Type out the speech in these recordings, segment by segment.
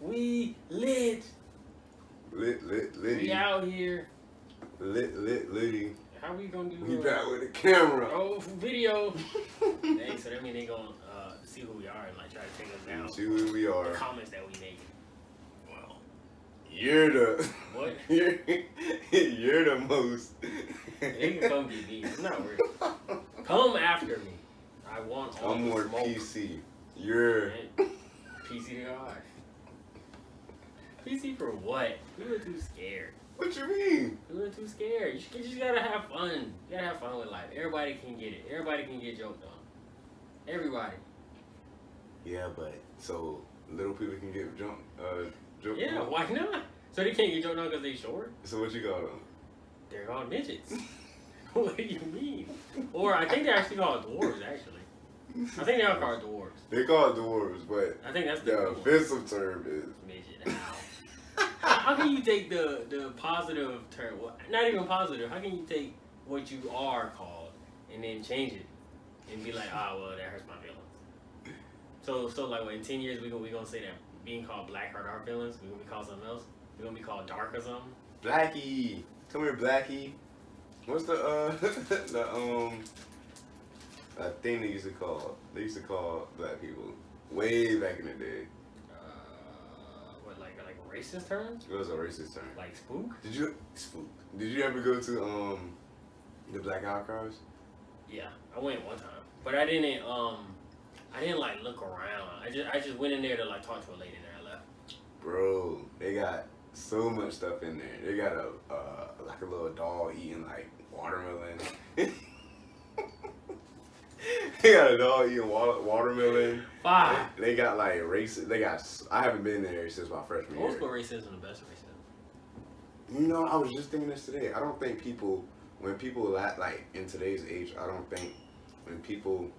We lit. Lit, lit, litty. We out here. Lit, lit, litty. How we gonna do We uh, back with the camera. Oh, video. Dang, so that mean they gonna uh, see who we are and like try to take us down. See who we The are. comments that we make. Well, You're the. What? You're, you're the most. they can come get me. I'm not worried. Come after me. I want all I'm the more smoke. PC. You're. Right? PC to God. PC for what? We were too scared. What you mean? We were too scared. You, should- you just gotta have fun. You gotta have fun with life. Everybody can get it. Everybody can get joked on. Everybody. Yeah, but so little people can get drunk. Uh, drunk. Yeah, why not? So they can't get joked on because they short? So what you got on? They're called midgets. what do you mean? Or I think they're actually called dwarves, actually. I think they are called dwarves. They call it dwarves, but I think that's the the real one. offensive term is. midget. How? how can you take the the positive term? Well, not even positive. How can you take what you are called and then change it and be like, ah, well, that hurts my feelings. So, so like, what, in ten years we gonna we gonna say that being called black hurt our feelings. We gonna be called something else. We gonna be called dark or something. Blackie, come here, Blackie. What's the uh the um uh, thing they used to call? They used to call black people way back in the day. Uh, what like like racist terms? It was a racist term. Like spook? Did you spook? Did you ever go to um the black outcrops? Yeah, I went one time, but I didn't um, I didn't like look around. I just I just went in there to like talk to a lady and then I left. Bro, they got so much stuff in there. They got a uh, like a little doll eating like watermelon. they got a doll eating wa- watermelon. Bye. They got like racist. They got. s- I haven't been there since my freshman Old school year. racism, the best racism. You know, I was just thinking this today. I don't think people, when people la- like in today's age, I don't think when people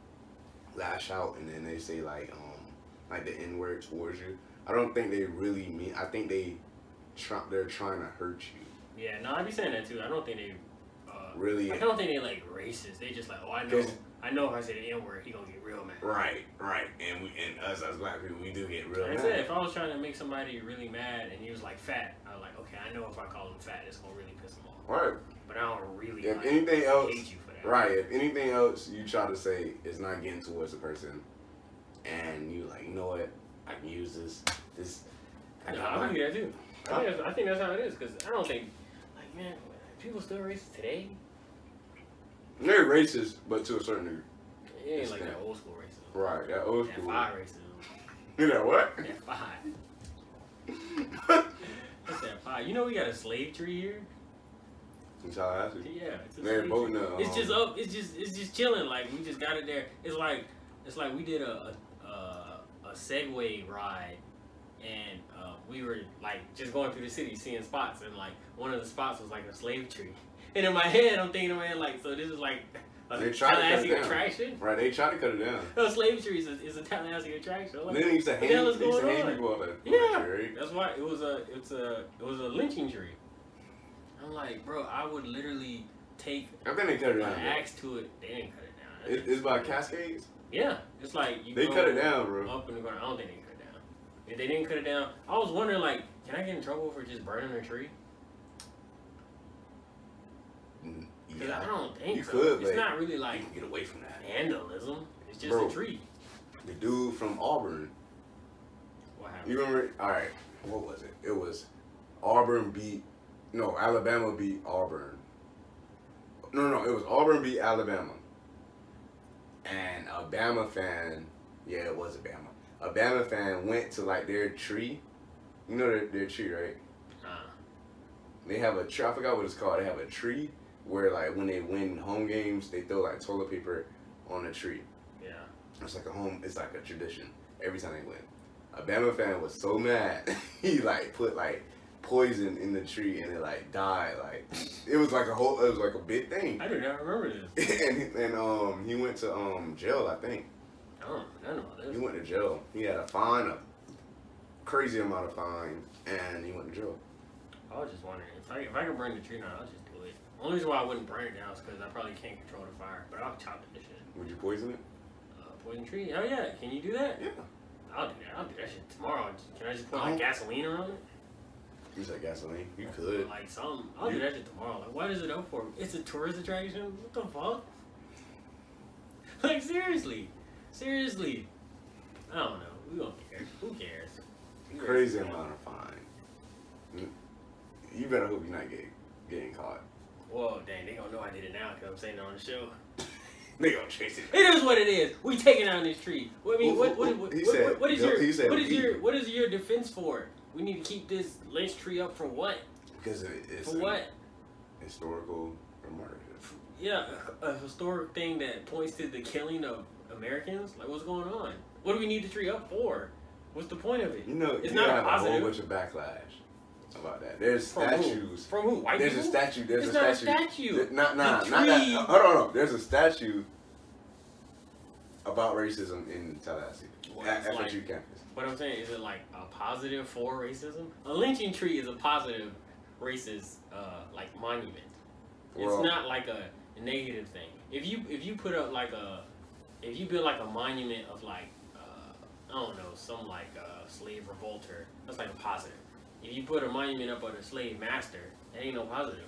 lash out and then they say like um like the n word towards you, I don't think they really mean. I think they try they're trying to hurt you. Yeah, no, I be saying that too. I don't think they. Uh, Really, I don't think they like racist. They just like, oh, I know, 'Cause- I know. If I say the N word, he gonna get real mad. right, right. And we and us as black people, we do get real. Like I mad. said, if I was trying to make somebody really mad and he was like fat, I was like, okay, I know if I call him fat, it's gonna really piss him off. Right. But I don't really If like, anything else, hate you for that. Right. If anything else you try to say is not getting towards the person, and you like, you know what? I can use this. This. No, got I mine." would do that too. I think, that's, I think that's how it is because I don't think, like, man, people still racist today. They're racist, but to a certain degree. It ain't It's like bad. that old school racism. Right. That old That school. five racism. You know what? That five. That's that pie. You know we got a slave tree here. That's how I ask you. Yeah, it's a They're slave both tree. now, It's just um, up. It's just it's just chilling. Like we just got it there. It's like it's like we did a a, a, a Segway ride, and uh, we were like just going through the city, seeing spots, and like one of the spots was like a slave tree. And in my head, I'm thinking, man, like so this is like a They tried to cut it Tallahassee down. attraction. Right. They try to cut it down. A slave tree is a, is a Tallahassee attraction. I'm Then like, they used to hang. hell is They used to going hang on? people on that. Yeah. Right? That's why it was a it's a it was a lynching tree. I'm like, bro, I would literally take I think they cut it an down. bro. axe to it. They didn't cut it down. That's It, just- it's by Cascades. Yeah, it's like you They go cut it down, bro. up in the ground. I don't think they cut it down. If they didn't cut it down, I was wondering like, can I get in trouble for just burning a tree? Mm, Because I don't think You so. could, it's but- not really like can get away from that. vandalism. It's just Bro. a tree. The dude from Auburn. What happened? You remember? All right. What was it? It was Auburn beat. No, Alabama beat Auburn. No, no, it was Auburn beat Alabama. And a Bama fan, yeah, it was a Bama. A Bama fan went to like their tree. You know their, their tree, right? Nah. They have a tree. I forgot what it's called. They have a tree where like when they win home games, they throw like toilet paper on a tree. yeah. It's like a home. It's like a tradition. Every time they win, a Bama fan was so mad he like put like poison in the tree and it like died. Like it was like a whole. It was like a big thing. I do not remember this. and, and um, he went to um jail. I think I don't remember none about he this. went to jail. He had a fine, a crazy amount of fine, and he went to jail. I was just wondering if I if I could burn the tree down, I'll just do it. Only reason why I wouldn't burn it down is because I probably can't control the fire, but I'll chop it to shit. Would you poison it? Uh, poison tree? Hell yeah! Can you do that? Yeah. I'll do that. I'll do that shit tomorrow. Can I just put I like don't- gasoline on it? You said gasoline. You Or, could. Like something. I'll do You- that shit tomorrow. Like, what is it up for? It's a tourist attraction. What the fuck? Like seriously, seriously. I don't know. We don't care. Who cares? Who cares? Crazy amount of fine. You better hope you're not getting getting caught. Whoa, dang, they gonna know I did it now because I'm saying it on the show. They gonna chase it. It is what it is. We taking down this tree. What I mean, what what, what, He what- said- what is no, your he said what is we. your what is your defense for? We need to keep this lynch tree up for what? Because it- it's For an what? historical murder. Yeah, a a historic thing that points to the killing of Americans. Like, what's going on? What do we need the tree up for? What's the point of it? You know, It's you not have a whole positive. bunch of backlash about that. There's From who? statues. From who? White There's a people? statue. There's It's a not a statue. statue. Th- Not, not, The not that. tree- uh, Hold on, hold on. There's a statue about racism in Tallahassee Well, at it's FSU like- campus. What I'm saying is it like a positive for racism? A lynching tree is a positive racist uh, like monument. Well- it's not like a negative thing. If you if you put up like a if you build like a monument of like uh, I don't know some like uh, slave revolter, that's like a positive. If you put a monument up of a slave master, that ain't no positive.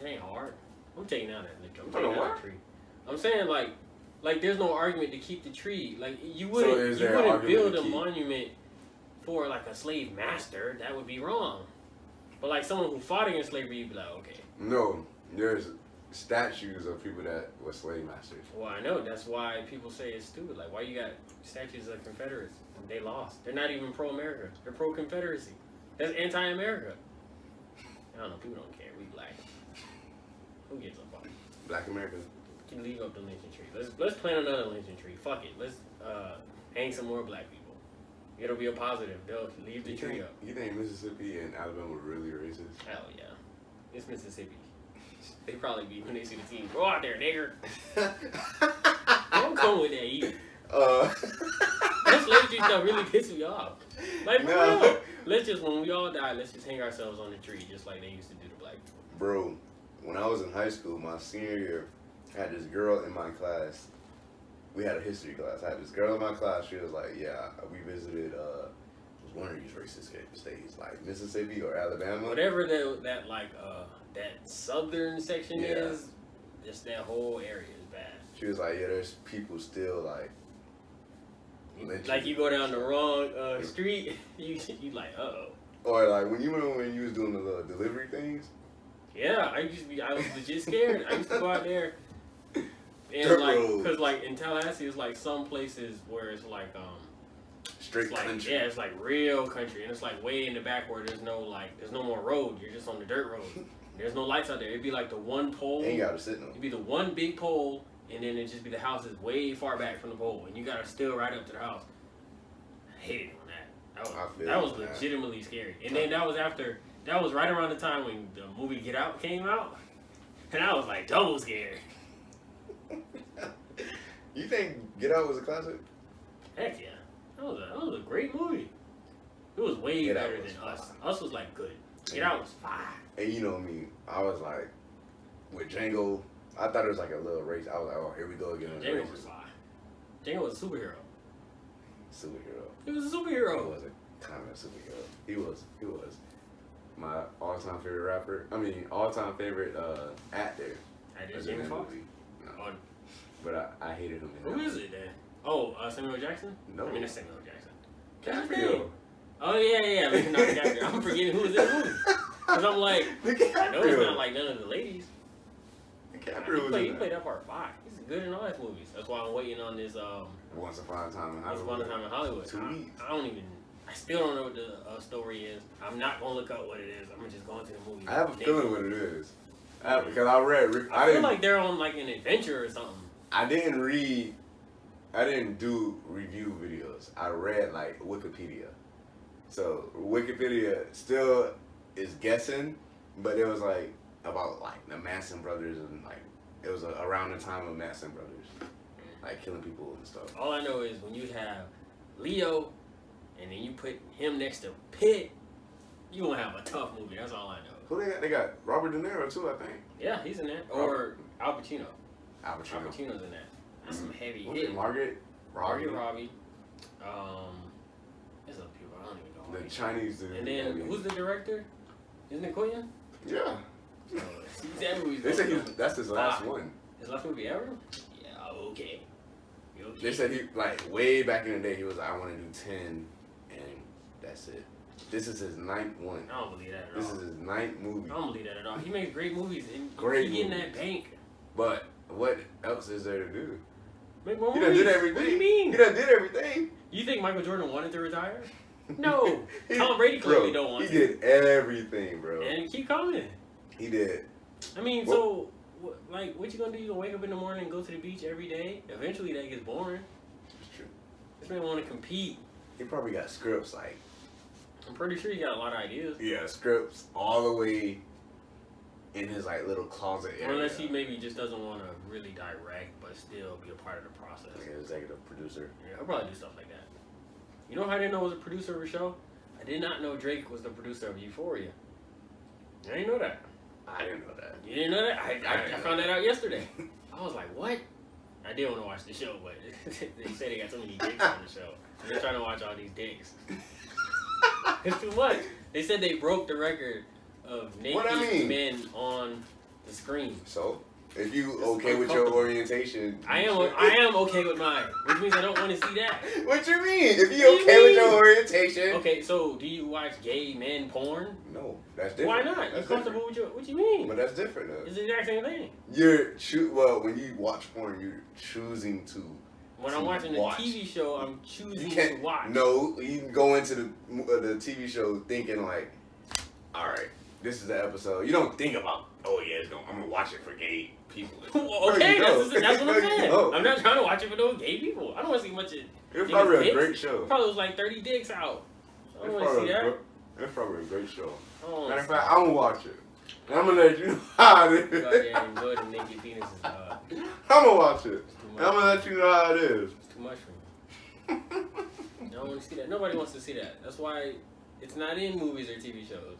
It ain't hard. I'm taking down that lynch. I'm Hold taking on, down what? that tree. I'm saying like like there's no argument to keep the tree. Like you So wouldn't is you there an wouldn't argument build to a keep- monument for like a slave master. That would be wrong. But like someone who fought against slavery, you'd be like, okay, No, there's statues of people that were slave masters. well I know that's why people say it's stupid. Like why you got statues of Confederates? They lost. They're not even pro America. They're pro Confederacy. That's anti America. I don't know. People don't care. We black. Who gives a fuck? Black Americans. can leave up the lynching tree. Let's let's plant another lynching tree. Fuck it. Let's uh, hang some more black people. It'll be a positive. They'll leave the You tree think, up. you think Mississippi and Alabama were really racist? Hell yeah. It's Mississippi. They probably be when they see the team. Go out there, nigger. I'm going with that either. uh, This lynching stuff really pisses me off. Like for No. real. Let's just when we all die, let's just hang ourselves on the tree, just like they used to do to black people. Bro, when I was in high school, my senior year, I had this girl in my class. We had a history class. I had this girl in my class. She was like, "Yeah, we visited. Uh, it was one of these racist states, like Mississippi or Alabama." Whatever that that like uh that southern section Yeah. is, just that whole area is bad. She was like, "Yeah, there's people still like." lynching Like you go down the wrong uh, Yeah. street, you you like, uh oh. Or like when you remember when you was doing the little delivery things. Yeah, I used to be, I was legit scared. I used to go out there, and Dirt like, roads. cause like in Tallahassee, it's like some places where it's like um, Straight it's like country. yeah, it's like real country, and it's like way in the back where there's no like, there's no more road. You're just on the dirt road. There's no lights out there. It'd be like the one pole. Ain't got a signal. It'd be the one big pole, and then it'd just be the house is way far back from the pole, and you gotta still ride up to the house. I hated on that. That I was, feel that you was on that. legitimately scary. And then that was after, that was right around the time when the movie Get Out came out, and I was like double scared. You think Get Out was a classic? Heck yeah. That was a, that was a great movie. It was way Get Out better was than Us. fine. Us was like good. Get Yeah. Out was fine. And you know me, I was like, with Django, I thought it was like a little race. I was like, oh, here we go again. with Django was races. fine. Django was a superhero. superhero. He was a He superhero. was a kind of superhero. He was. He was. My all-time favorite rapper. I mean, all-time favorite uh, actor. I did was in Jamie that Foxx. movie. No, Oh, but I, I hated him. in that Who is it then? Oh, uh, Samuel Jackson? No. I mean, it's Samuel Jackson. What's his DiCaprio. name? Oh, yeah, yeah, yeah. Leonardo DiCaprio. I'm forgetting who was in the movie. Because I'm like, I know it's not like none of the ladies. He DiCaprio was played, he in played that. that part five. He's good in all his movies. That's why I'm waiting on this, um, Once upon a time in this Hollywood. one time in Hollywood. Two I, weeks. I don't even, I still don't know what the uh, story is. I'm not going to look up what it is. I'm just going to the movie. I have a Next. feeling what it is. I, because I read. re- I, I feel didn't. like they're on like an adventure or something. I didn't read. I didn't do review videos. I read like Wikipedia. So Wikipedia still is guessing, but it was like about like the Manson brothers and like it was around the time of Manson brothers, like killing people and stuff. All I know is when you have Leo and then you put him next to Pitt, you gonna have a tough movie. That's all I know. Who they got? They got Robert De Niro too, I think. Yeah, he's in that. Or Al Pacino. Al Al Pacino. Pacino's in that. That's some heavy Was it hit. Margaret? Margot Robbie? Robbie. Um, it's other people. I don't even know. The Chinese dude. And I then mean, who's the director? Isn't it Quentin? Yeah. Oh, see, that movie's They said he, awesome. that's his last Ah. one. his last movie ever. Yeah, okay. You okay? They said he like way back in the day he was like, I want to do ten, and that's it. This is his ninth one. I don't believe that at This all. is his ninth movie. I don't believe that at all. He makes great movies and Great he get in movies. that bank. But what else is there to do? Make more He done movies. did everything. What do you mean? He done did everything. You think Michael Jordan wanted to retire? No. He- Tom Brady clearly bro, don't want He to. did everything, bro. And keep coming. He did. I mean, Well- so wh- like, what you gonna do? You gonna wake up in the morning and go to the beach every day? Eventually, that gets boring. It's true. This man want to compete. He probably got scripts like I'm pretty sure he got a lot of ideas. yeah, scripts all the way in his like little closet area. Unless he maybe just doesn't want to really direct, but still be a part of the process. like an executive producer. Yeah, I'll probably do stuff like that. You know how I didn't know I was a producer of a show? I did not know Drake was the producer of Euphoria. I didn't know that. I didn't know that. You didn't know that? I, I I, didn't I know found that. that out yesterday. I was like, what? I did want to watch the show, but they say they got so many dicks on the show. I'm just trying to watch all these dicks. It's too much. They said they broke the record of naked What I mean? men on the screen. So, if you This is okay with your uncomfortable. orientation, I am I am okay with mine, which means I don't want to see that. What you mean? If you What do you okay with your mean? orientation? Okay, so do you watch gay men porn? No, that's different. Why not? You That's comfortable with your? What you mean? Different. But that's different though. it's the exact same thing. You're choo- well when you watch porn, you're choosing to. When To I'm watching a watch. TV show, I'm You choosing to can't. watch. No, you can go into the mo- uh, the TV show thinking like, all right, this is the episode. You don't think about. Oh yeah, it's going. I'm gonna watch it for gay people. Well, There okay, you that's, go. that's what I'm There you saying. go. I'm not trying to watch it for those gay people. I don't want to see much of. It's probably a Dicks? great show. Probably was like 30 dicks out. I It's don't want to see probably, a that. gr- it's probably a great show. I don't wanna Matter of see- fact, I'm gonna watch it. And I'm gonna let you know how it is. Goddamn, good and naked penises. Uh, I'm gonna watch it. it's too And much. I'm gonna let you know how it is. It's too much for me. I don't want to see that. Nobody wants to see that. That's why it's not in movies or TV shows.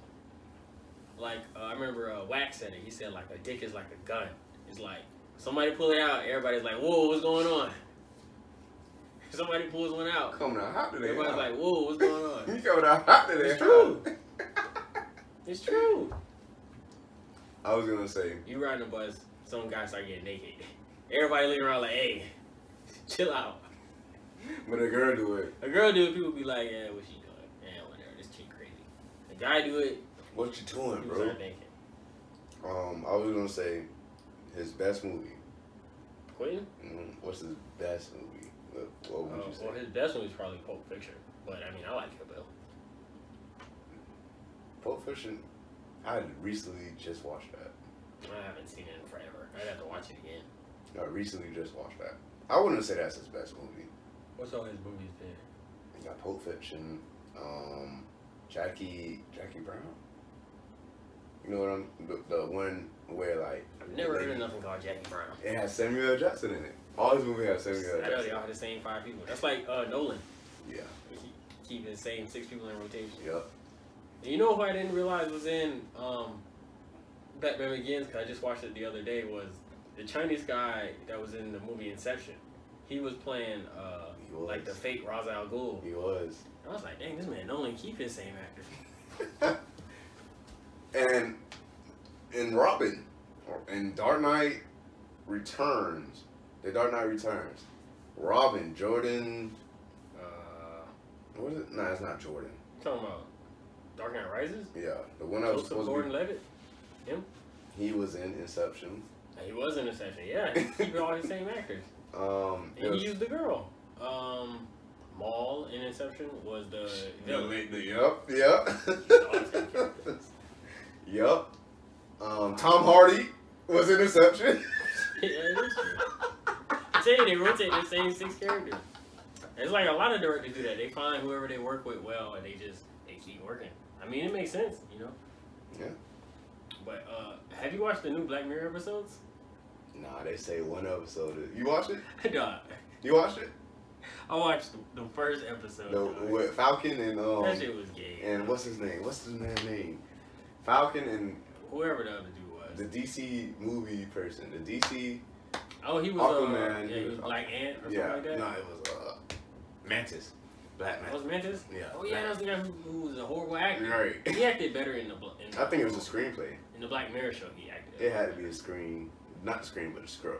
Like uh, I remember uh, Wax said it. He said like a dick is like a gun. It's like somebody pull it out, everybody's like, "Whoa, what's going on?" Somebody pulls one out, Coming out hot today. everybody's huh? like, "Whoa, what's going on?" you coming out hot today. It's huh? true. It's true. I was gonna say, You riding a bus, some guys start getting naked. Everybody looking around like, "Hey, chill out." when a girl do it, A girl do it, people be like, "Yeah, what's she doing? Yeah, whatever. This chick crazy." A guy do it, what you doing, people bro? start naked. Um, I was gonna say, his best movie. Quentin? Mm, What's his best movie? What, what would Uh, you say? well, his best one is probably Pulp Fiction, but I mean, I like Kill Bill. Pulp Fiction. I recently just watched that. I haven't seen it in forever. I'd have to watch it again. I recently just watched that. I wouldn't say that's his best movie. What's all his movies been? You got Pulp Fiction, um, Jackie Jackie Brown. You know what I'm the, the one where like I've never heard of nothing called Jackie Brown. it has Samuel L. Jackson in it. All his movies have Samuel L. I know they Jackson. all had the same five people. That's like uh, Nolan. Yeah, He- Keep the same six people in rotation. yep. And you know who I didn't realize was in um, Batman Begins? Because I just watched it the other day. Was the Chinese guy that was in the movie Inception? He was playing uh, He was. like the fake Ra's al Ghul. He was. I was like, dang, this man Nolan keep his same actor. and in Robin, or in Dark Knight Returns, the Dark Knight Returns, Robin Jordan. Uh, What is it? No, it's not Jordan. talking about Dark Knight Rises? Yeah, the one I was Joseph supposed to. Gordon Levitt? Be, he was in Inception. He was in Inception, yeah. He keep all the same actors. Um, And he used the girl. Um, Maul in Inception was the. The, villain. the, yep, yep. yep. Um, Tom Hardy was in Inception. yeah, it is true. I tell you, they rotate the same six characters. It's like a lot of directors do that. They find whoever they work with well, and they just they keep working. I mean, it makes sense, you know. Yeah. But uh, have you watched the new Black Mirror episodes? nah, they say one episode. Is, you watched it? Dog, You watched it? I watched the, the first episode. No, dog. with Falcon and that um shit was gay. and what's his name? What's his man's name? Falcon and Whoever the other dude was. the DC movie person. The DC. Oh, he was. Uh, Aquaman, yeah, he he was was Black Ant or Yeah. something like that. nah, it was. Uh, Mantis, Black Was Mantis? Mantis. Yeah. Oh yeah, that was the guy who, who was a horrible actor. Right. He acted better in the bl- in the, I think it was a screenplay. in the Black Mirror show. He acted. It had to be a screen, not a screen, but a scroll.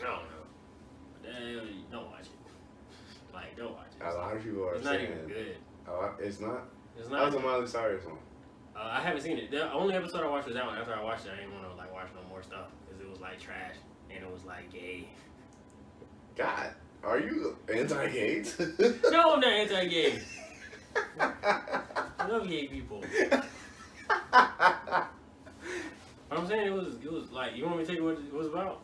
I don't know. Uh, don't watch it. Like don't watch it. A It's lot not, of people are it's not saying even good. Oh, it's not. It's That not. was a Miley Cyrus one. Uh, I haven't seen it. The only episode I watched was that one. After I watched it, I didn't want to like watch no more stuff because it was like trash and it was like gay. God, are you anti-gay? no, I'm not anti-gay. I love gay people. I'm But I'm saying it was it was like you want me to tell you what it was about?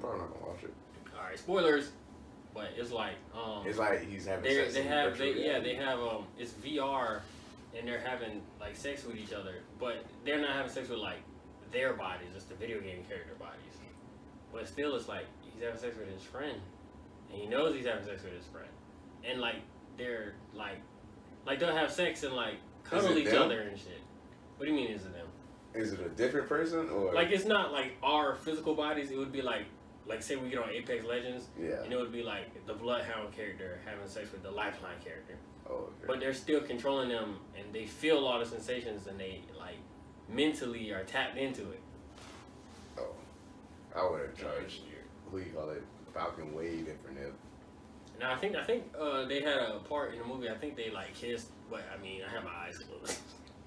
probably not gonna watch it. All right, spoilers. But it's like um, It's like he's having they sex. they in have virtual they yeah reality. they have um it's VR, and they're having like sex with each other, but they're not having sex with like their bodies. It's the video game character bodies. But still, it's like he's having sex with his friend, and he knows he's having sex with his friend, and like they're like like they'll have sex and like cuddle it each them? other and shit. What do you mean is it them? Is it a different person or Like it's not like our physical bodies. It would be like like say we get on Apex Legends. yeah? And it would be like the Bloodhound character having sex with the Lifeline character. Oh, But okay. they're still controlling them and they feel all the sensations and they like mentally are tapped into it. oh, I would have charged who you call it Falcon way different if Now I think I think uh, they had a part in the movie. I think they like kissed, but I mean I have my eyes closed.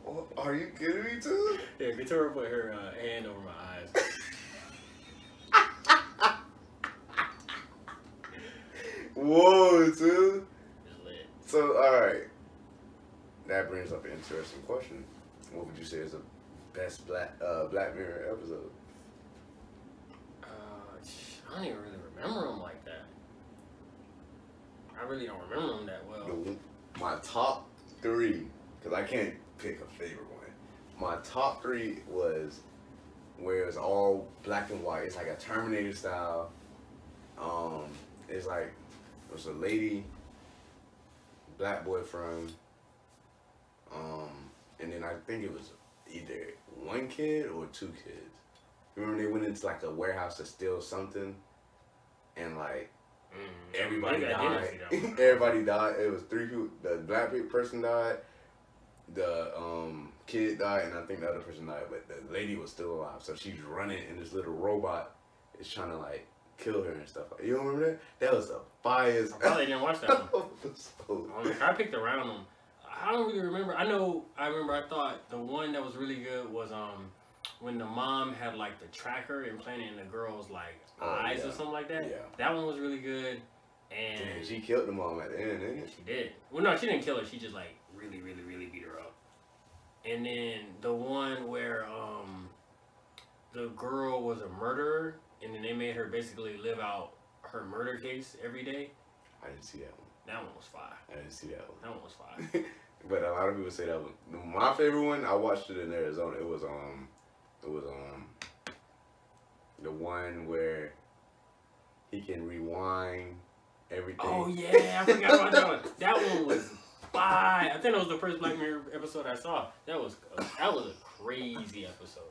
Oh, are you kidding me too? yeah, Katara put her uh, hand over my eyes. Whoa, too. It's lit. So, all right. That brings up an interesting question. What would you say is the best Black uh, Black Mirror episode? Uh, sh- I don't even really remember them like that. I really don't remember them that well. The- My top three, because I can't pick a favorite one. My top three was where it's all black and white. It's like a Terminator style. Um, it's like it was a lady, black boyfriend, um, and then I think it was either one kid or two kids. Remember they went into like a warehouse to steal something, and like Mm, Everybody maybe I didn't died. see that one. Everybody died. It was three people. The black pe- person died. The um kid died, and I think the other person died, but the lady was still alive. So she's running, and this little robot is trying to like kill her and stuff. You don't remember that? That was a fire. I probably didn't watch that one. episode. Um, I picked around them. I don't really remember. I know. I remember. I thought the one that was really good was um when the mom had like the tracker implanted in the girl's like Oh, eyes yeah. or something like that. Yeah. That one was really good. And Damn, she, she killed the mom at the end, didn't it? did. Well, no, she didn't kill her. She just like really, really, really beat her up. And then the one where um the girl was a murderer, and then they made her basically live out her murder case every day. I didn't see that one. That one was fire. I didn't see that one. That one was fire. But a lot of people say that one. My favorite one, I watched it in Arizona. It was um, it was um, the one where he can rewind everything. Oh yeah, I forgot about that one. That one was fire. I think that was the first Black Mirror episode I saw. That was that was a crazy episode.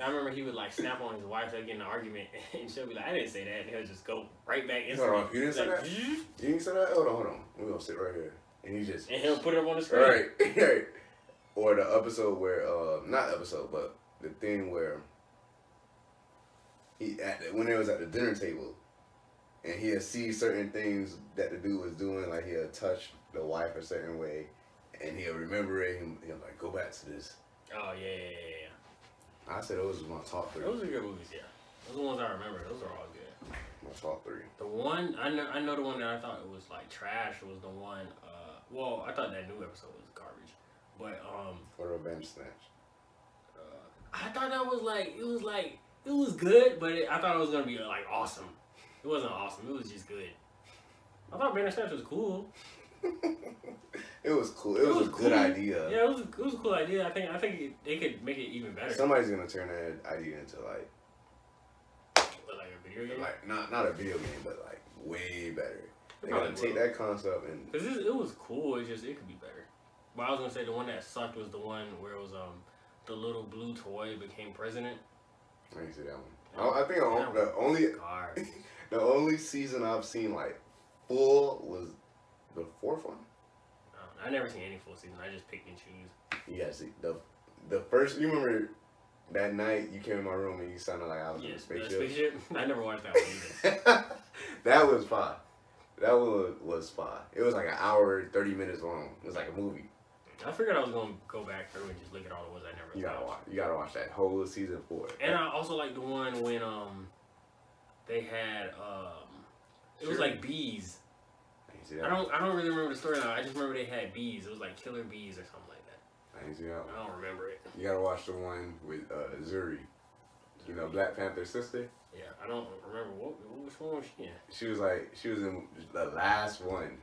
I remember he would like snap on his wife, they get in an argument, and she'll be like, "I didn't say that," and he'll just go right back Hold instantly. on, you didn't say Like, that. You didn't say that. Hold on, hold on. We are gonna sit right here, and he just and he'll put it up on the All screen. right, right. Or the episode where, uh, not episode, but the thing where he at the, when they was at the dinner table, and he'll see certain things that the dude was doing, like he'll touch the wife a certain way, and he'll remember it. And he'll like go back to this. Oh yeah, yeah, yeah, I said those was my top yeah. three. Those are good movies. Yeah, those are the ones I remember. Those are all good. My top three. The one I know, I know the one that I thought was like trash was the one. Uh, well, I thought that new episode was garbage, but um, What about Bandersnatch? Uh, I thought that was like it was like it was good, but it, I thought it was gonna be uh, like awesome. It wasn't awesome. It was just good. I thought Bandersnatch was cool. It was cool. It, was, a good cool. idea. Yeah, it was, it was a cool idea. I think I think it, they could make it even better. Somebody's gonna turn that idea into like, But, like a video game. like not not a video game, but like way better. They They're gonna probably take will. that concept and Cause it, it was cool. It just it could be better. But I was gonna say the one that sucked was the one where it was um the little blue toy became president. I didn't see that one. I, I think I, on- the only Garbage. the only season I've seen like full was The fourth one? I never seen any full season. I just pick and choose. You gotta see the the first. You remember that night you came in my room and you sounded like I was in a Yes, the spaceship. spaceship. I never watched that one either. that was fine. That was was fine. It was like an hour, thirty minutes long. It was like a movie. I figured I was gonna go back through and just look at all the ones I never. You gotta watched. watch. You gotta watch that whole season four. And I also like the one when um they had um it was Sure. like bees. I didn't see I that. don't I don't really remember the story now. I just remember they had bees. It was like killer bees or something like that. I didn't see that. one. I don't remember it. You gotta watch the one with uh, Zuri. You know Black Panther's sister. Yeah, I don't remember what what- which one was she in. She was like she was in the last one.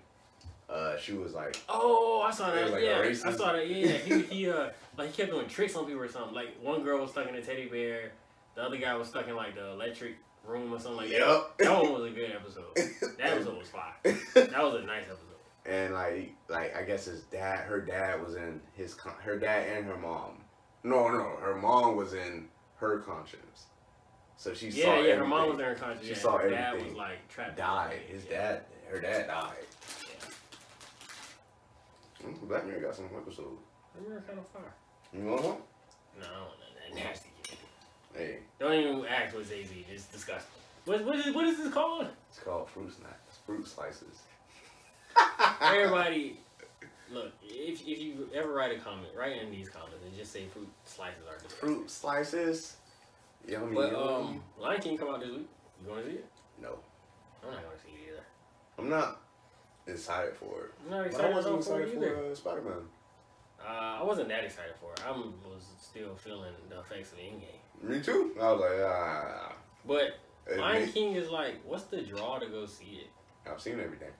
Uh, she was like Oh, I saw It that. was like a yeah, I racist- saw that. Yeah, he he uh like he kept doing tricks on people or something. Like one girl was stuck in a teddy bear, the other guy was stuck in like the electric room or something like Yup. that. That one was a good episode. That episode was fire. That was a nice episode. and like like I guess his dad, her dad was in his con- her dad and her mom. No, no, her mom was in her conscience. So she yeah, saw yeah, everything. her mom was there in conscious. She yeah, saw her dad everything. was like trapped. died. His Yeah. dad, her dad died. Yeah. Mm, Black Mirror got some episodes. They were kind of far. You know what? No, I don't want that nasty kid. Hey, Don't even act with Jay Z. It's disgusting. What, what, is, what is this called? it's called fruit snacks, fruit slices. Everybody, look, if, if you ever write a comment, write in these comments and just say fruit slices are disgusting. fruit slices. Yummy. But yummy. um, Lion King come out this week. You gonna see it? no, I'm not gonna see it either. I'm not excited for it. I'm not But I excited wasn't about for excited it either. for uh, Spider Man. Uh, I wasn't that excited for it. I was still feeling the effects of the Endgame. Me too. I was like, ah. But it Lion may- King is like, what's the draw to go see it? I've seen everything.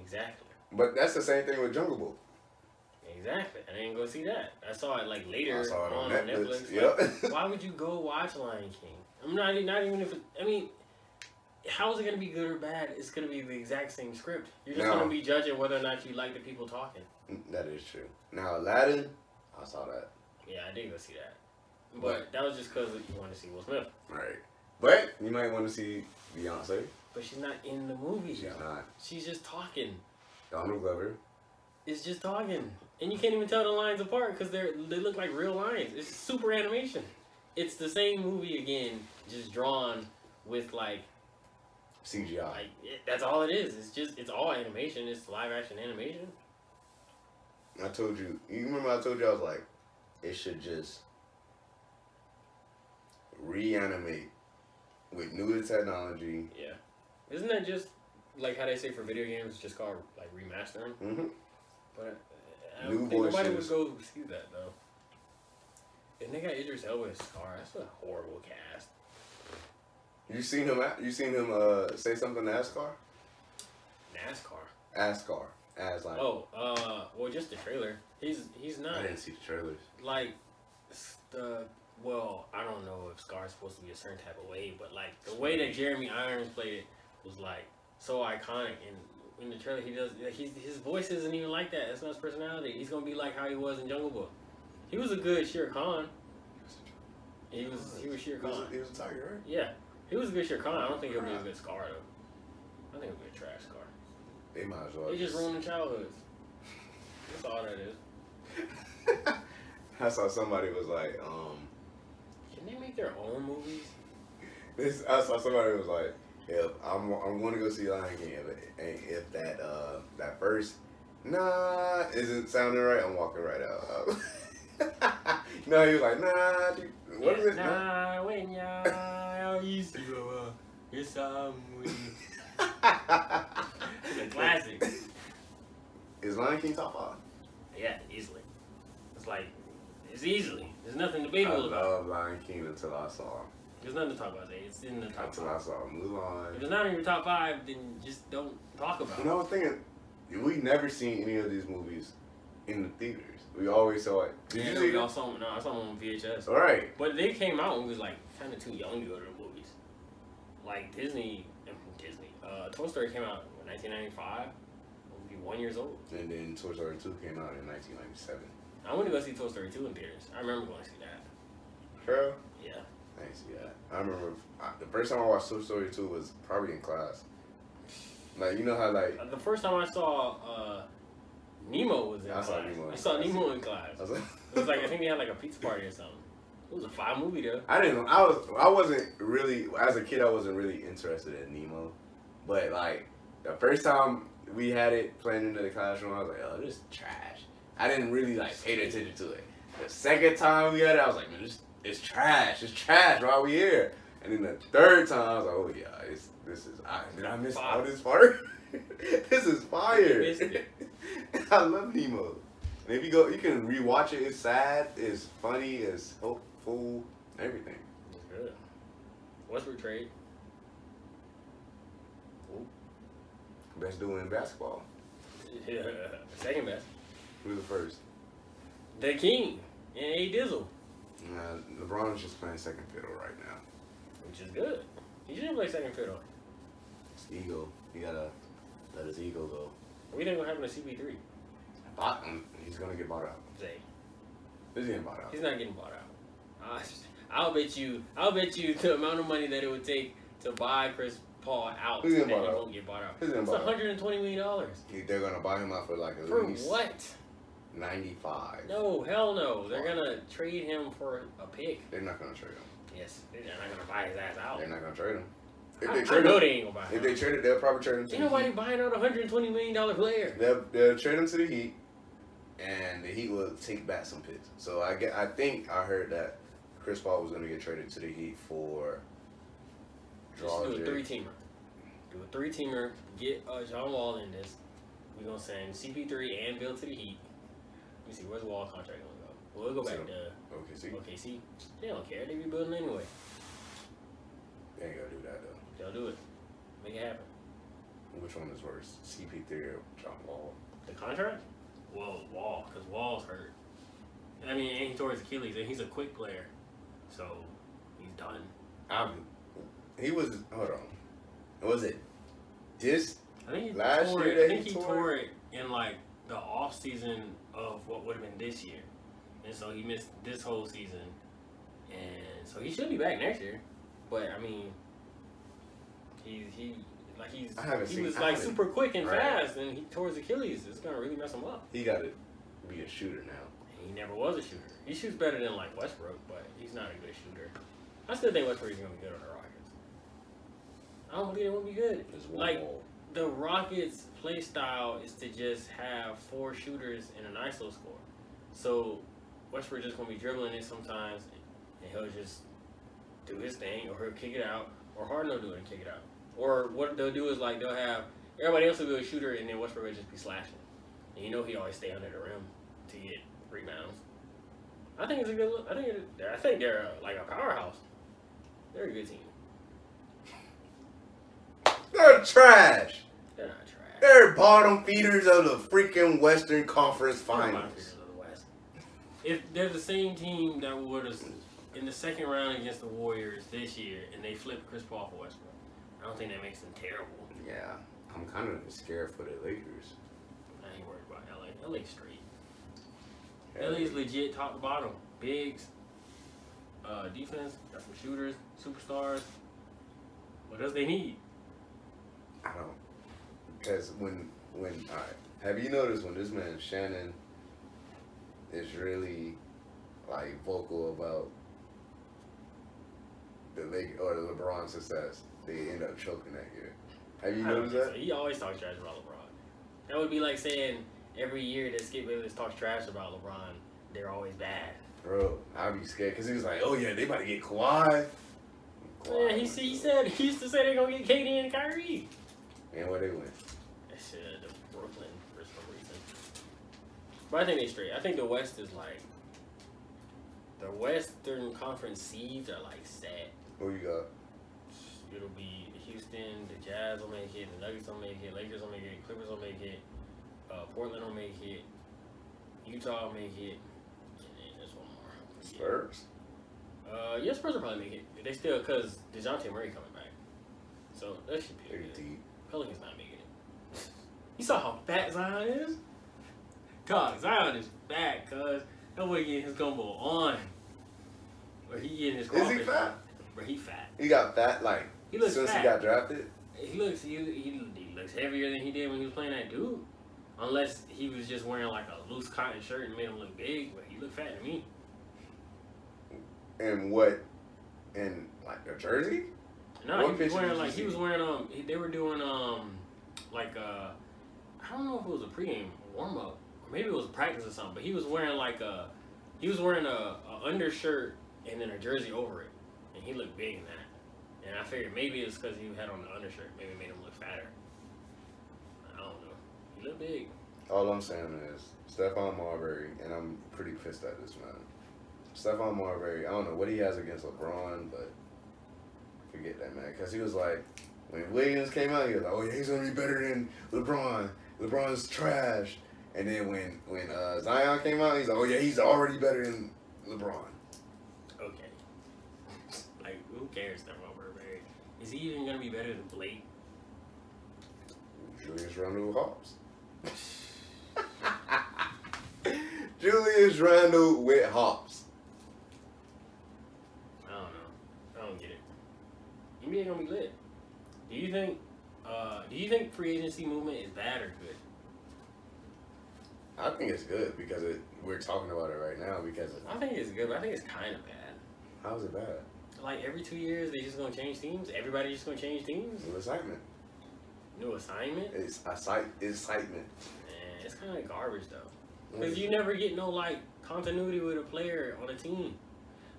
Exactly. But that's the same thing with Jungle Book. Exactly. I didn't go see that. I saw it like later I saw it on, on Netflix. Netflix. Like, why would you go watch Lion King? I'm not e- not even if it, I mean, how is it gonna be good or bad? It's gonna be the exact same script. You're just No. gonna be judging whether or not you like the people talking. yep. that is true. Now Aladdin, I saw that. Yeah, I did go see that, but What? that was just because you wanted to see Will Smith. Right. But you might want to see Beyonce. But she's not in the movie. She's though. not. She's just talking. Donald Glover. It's just talking, and you can't even tell the lines apart because they're they look like real lines. It's super animation. It's the same movie again, just drawn with like CGI. like it, that's all it is. It's just it's all animation. It's live action animation. I told you. You remember I told you I was like, it should just reanimate with newer technology. Yeah, isn't that just like how they say for video games? It's just called like remastering. hmm But I don't New think nobody voices. would go see that though. And they got Idris Elba as Scar. That's a horrible cast. You seen him? a- You seen him uh, say something to Ascar? NASCAR. Ascar. As like. Oh, uh, well, just the trailer. He's he's I not didn't see the trailers. like s- the well. I don't know if Scar's supposed to be a certain type of way, but like the way that Jeremy Irons played it was like so iconic. And in the trailer, he does like, he's, his voice isn't even like that. That's not his personality. He's gonna be like how he was in Jungle Book. He was a good Shere Khan. He was he was Shere He was, Khan. he was a tiger, right? Yeah, he was a good Shere Khan. I don't think he'll be a good Scar though. I think he'll be a trash Scar. They might as well. They just ruined the childhoods. That's all that is. I saw somebody was like, um, Can they make their own movies? this. I saw somebody was like, if I'm, I'm going to go see Lion King, if, and if that, uh, that first, nah, isn't sounding right, I'm walking right out. no, he was like, nah, dude, what is it? Nah. Nah, when ya used to it's um a classic. Is Lion King top five? Yeah, easily. It's like it's easily. There's nothing to I debatable about. love Lion King until I saw him. There's nothing to talk about. Zay. It's in the top Until I five. saw Mulan. If it's not in your top five, then just don't talk about You it. know, I was thinking, we never seen any of these movies in the theaters. We always saw it. Did Yeah, you no, see we all them? saw them- No, I saw them on VHS. All right. But they came out when we was like kind of too young to go to the movies. Like Disney, I mean, Disney. Uh, Toy Story came out in 1995. We'd be one years old. And then Toy Story 2 came out in 1997. I went to go see Toy Story 2 in theaters. I remember going to see that. Girl. Yeah. I didn't see that. I remember I, the first time I watched Toy Story 2 was probably in class. Like you know how like Uh, The first time I saw uh, Nemo was in I class. saw Nemo in I saw class. Nemo in class. I was like, It was like I think they had like a pizza party or something. It was a fine movie though. I didn't know. I was I wasn't really as a kid. I wasn't really interested in Nemo, but like the first time we had it playing into the classroom, I was like, oh, this is trash. I didn't really like pay attention to it. The second time we had it, I was like, man, this it's trash. It's trash. Why we here? And then the third time, I was like, oh yeah, it's this is. I, did I miss all this fire? this is fire. You missed it. I love Nemo. And if you go, you can rewatch it. It's sad. It's funny. It's hopeful. Everything. It was good. Westbrook trade. Best duo in basketball. Yeah. Second best. Who's the first? The King and A Dizzle, Uh, LeBron's just playing second fiddle right now. which is good. He shouldn't play second fiddle. It's ego. He gotta let his ego go. We didn't happen to CP3. Bought him. He's gonna get bought out. Zay. He's getting bought out. He's not getting bought out. I, I'll bet you. I'll bet you the amount of money that it would take to buy Chris Paul out He's that getting he bought out. won't get bought out. He's getting It's bought out. 120 million dollars He- They're gonna buy him out for like at for least what? ninety-five. No, hell no. They're gonna trade him for a pick. They're not gonna trade him. Yes, they're not gonna buy his ass out. They're not gonna trade him. If I, they I trade know him, they ain't gonna buy if him. they trade it, they'll probably trade him. to Ain't the nobody Heat. buying out a 120 million dollar player. They'll, they'll trade him to the Heat, and the Heat will take back some picks. So I get, I think I heard that Chris Paul was going to get traded to the Heat for. Just do a Dragic. three teamer. Do a three teamer. Get uh, John Wall in this. We gonna send CP3 and Bill to the Heat. Let me see where's Wall contract gonna go. Well, we'll go back to Okay, see, OKC. They don't care. They rebuilding anyway. they ain't gonna do that though. They'll do it. Make it happen. Which one is worse, CP3 or John Wall? The contract? Well, Wall, because Wall's hurt. I mean, and he tore his Achilles, and he's a quick player, so he's done. I, he was. Hold on, was it this? I think he Last tore it. year I that think he he tore tore it in like the off season of what would have been this year, and so he missed this whole season, and so he should be back next year. But I mean, he's he like he's I haven't he seen- was I like haven't- super quick and Right. fast, and he tore his Achilles. It's gonna really mess him up. He got to be a shooter now. And he never was a shooter. He shoots better than like Westbrook, but he's not a good shooter. I still think Westbrook is gonna be good on the Rockets. I don't believe it would be good. There's Like, wall. the Rockets' play style is to just have four shooters and an ISO score. So Westbrook just gonna be dribbling it sometimes, and he'll just do his thing, or he'll kick it out, or Harden will do it and kick it out. Or what they'll do is like they'll have everybody else will be a shooter, and then Westbrook will just be slashing. And you know he always stay under the rim to get rebounds. I think it's a good. look- I think it, I think they're uh, like a powerhouse. They're a good team. They're trash. They're not trash. They're bottom feeders of the freaking Western Conference They're my Finals. favorite of the West. If they're the same team that would have in the second round against the Warriors this year, and they flipped Chris Paul for Westbrook, I don't think that makes them terrible. Yeah, I'm kind of scared for the Lakers. I ain't worried about LA. LA straight. LA's legit top to bottom. Bigs, uh, defense, got some shooters, superstars. What else they need? I don't. Because when when all right, have you noticed when this man Shannon is really like vocal about the Lake or the LeBron success, they end up choking that year. Have you I don't noticed think that? so. He always talks trash about LeBron. That would be like saying every year that Skip Bayless talks trash about LeBron, they're always bad. Bro, I'd be scared because he was like, "Oh yeah, they about to get Kawhi." Yeah, he, s- he said he used to say they're gonna get KD and Kyrie. And where they went? That shit out of Brooklyn for some reason. But I think they straight. I think the West is like the Western Conference seeds are like set. Who you got? It'll be Houston, the Jazz will make it, the Nuggets will make it, Lakers will make it, Clippers will make it, uh, Portland will make it, Utah will make it, and then there's one more. I forget. Spurs. Uh, yeah, Spurs will probably make it. They still cause Dejounte Murray coming back, so that should be They're a good. deep. Pelicans not making it. You saw how fat Zion is? God, Zion is fat, cuz. That boy getting his gumbo on. Or he getting his Is he crawfish fat? on. Bro, he fat. He got fat like He looks since fat. he got drafted. He looks he, he, he looks heavier than he did when he was playing that dude. Unless he was just wearing like a loose cotton shirt and made him look big, but he looked fat to me. And what? In like a jersey? No, What he was picture did wearing you like he see? was wearing um he- they were doing um like uh I don't know if it was a pregame warm up or maybe it was practice or something, but he was wearing like a he was wearing a, a undershirt and then a jersey over it, and he looked big in that. And I figured maybe it's because he had on the undershirt, maybe it made him look fatter. I don't know. He looked big. All I'm saying is Stephon Marbury, and I'm pretty pissed at this man. Stephon Marbury, I don't know what he has against LeBron, but forget that man. Because he was like, when Williams came out, he was like, oh yeah, he's gonna be better than LeBron. LeBron's trash. And then when when uh, Zion came out, he's like, oh yeah, he's already better than LeBron. Okay. like who cares that Robert Berry? Is he even gonna be better than Blake? Julius Randle Hobbs. Julius Randle with Hobbs. I don't know. I don't get it. NBA gonna be lit. Do you think? Uh, do you think free agency movement is bad or good? I think it's good because it, we're talking about it right now because it, I think it's good, but I think it's kind of bad. how's it bad? Like every two years, they just gonna change teams. Everybody just gonna change teams. It's excitement. New assignment. Man, It's excite- excitement. it's kind of garbage though, because you never get no like continuity with a player on a team.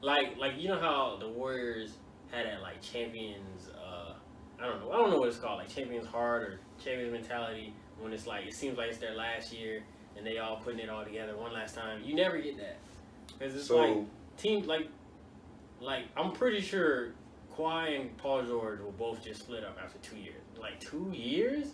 Like, like you know how the Warriors had that like champions. Uh, I don't know. I don't know what it's called. Like champions heart or champions mentality. When it's like it seems like it's their last year and they all putting it all together one last time. You never get that because it's so like teams like like I'm pretty sure Kawhi and Paul George will both just split up after two years. Like two years?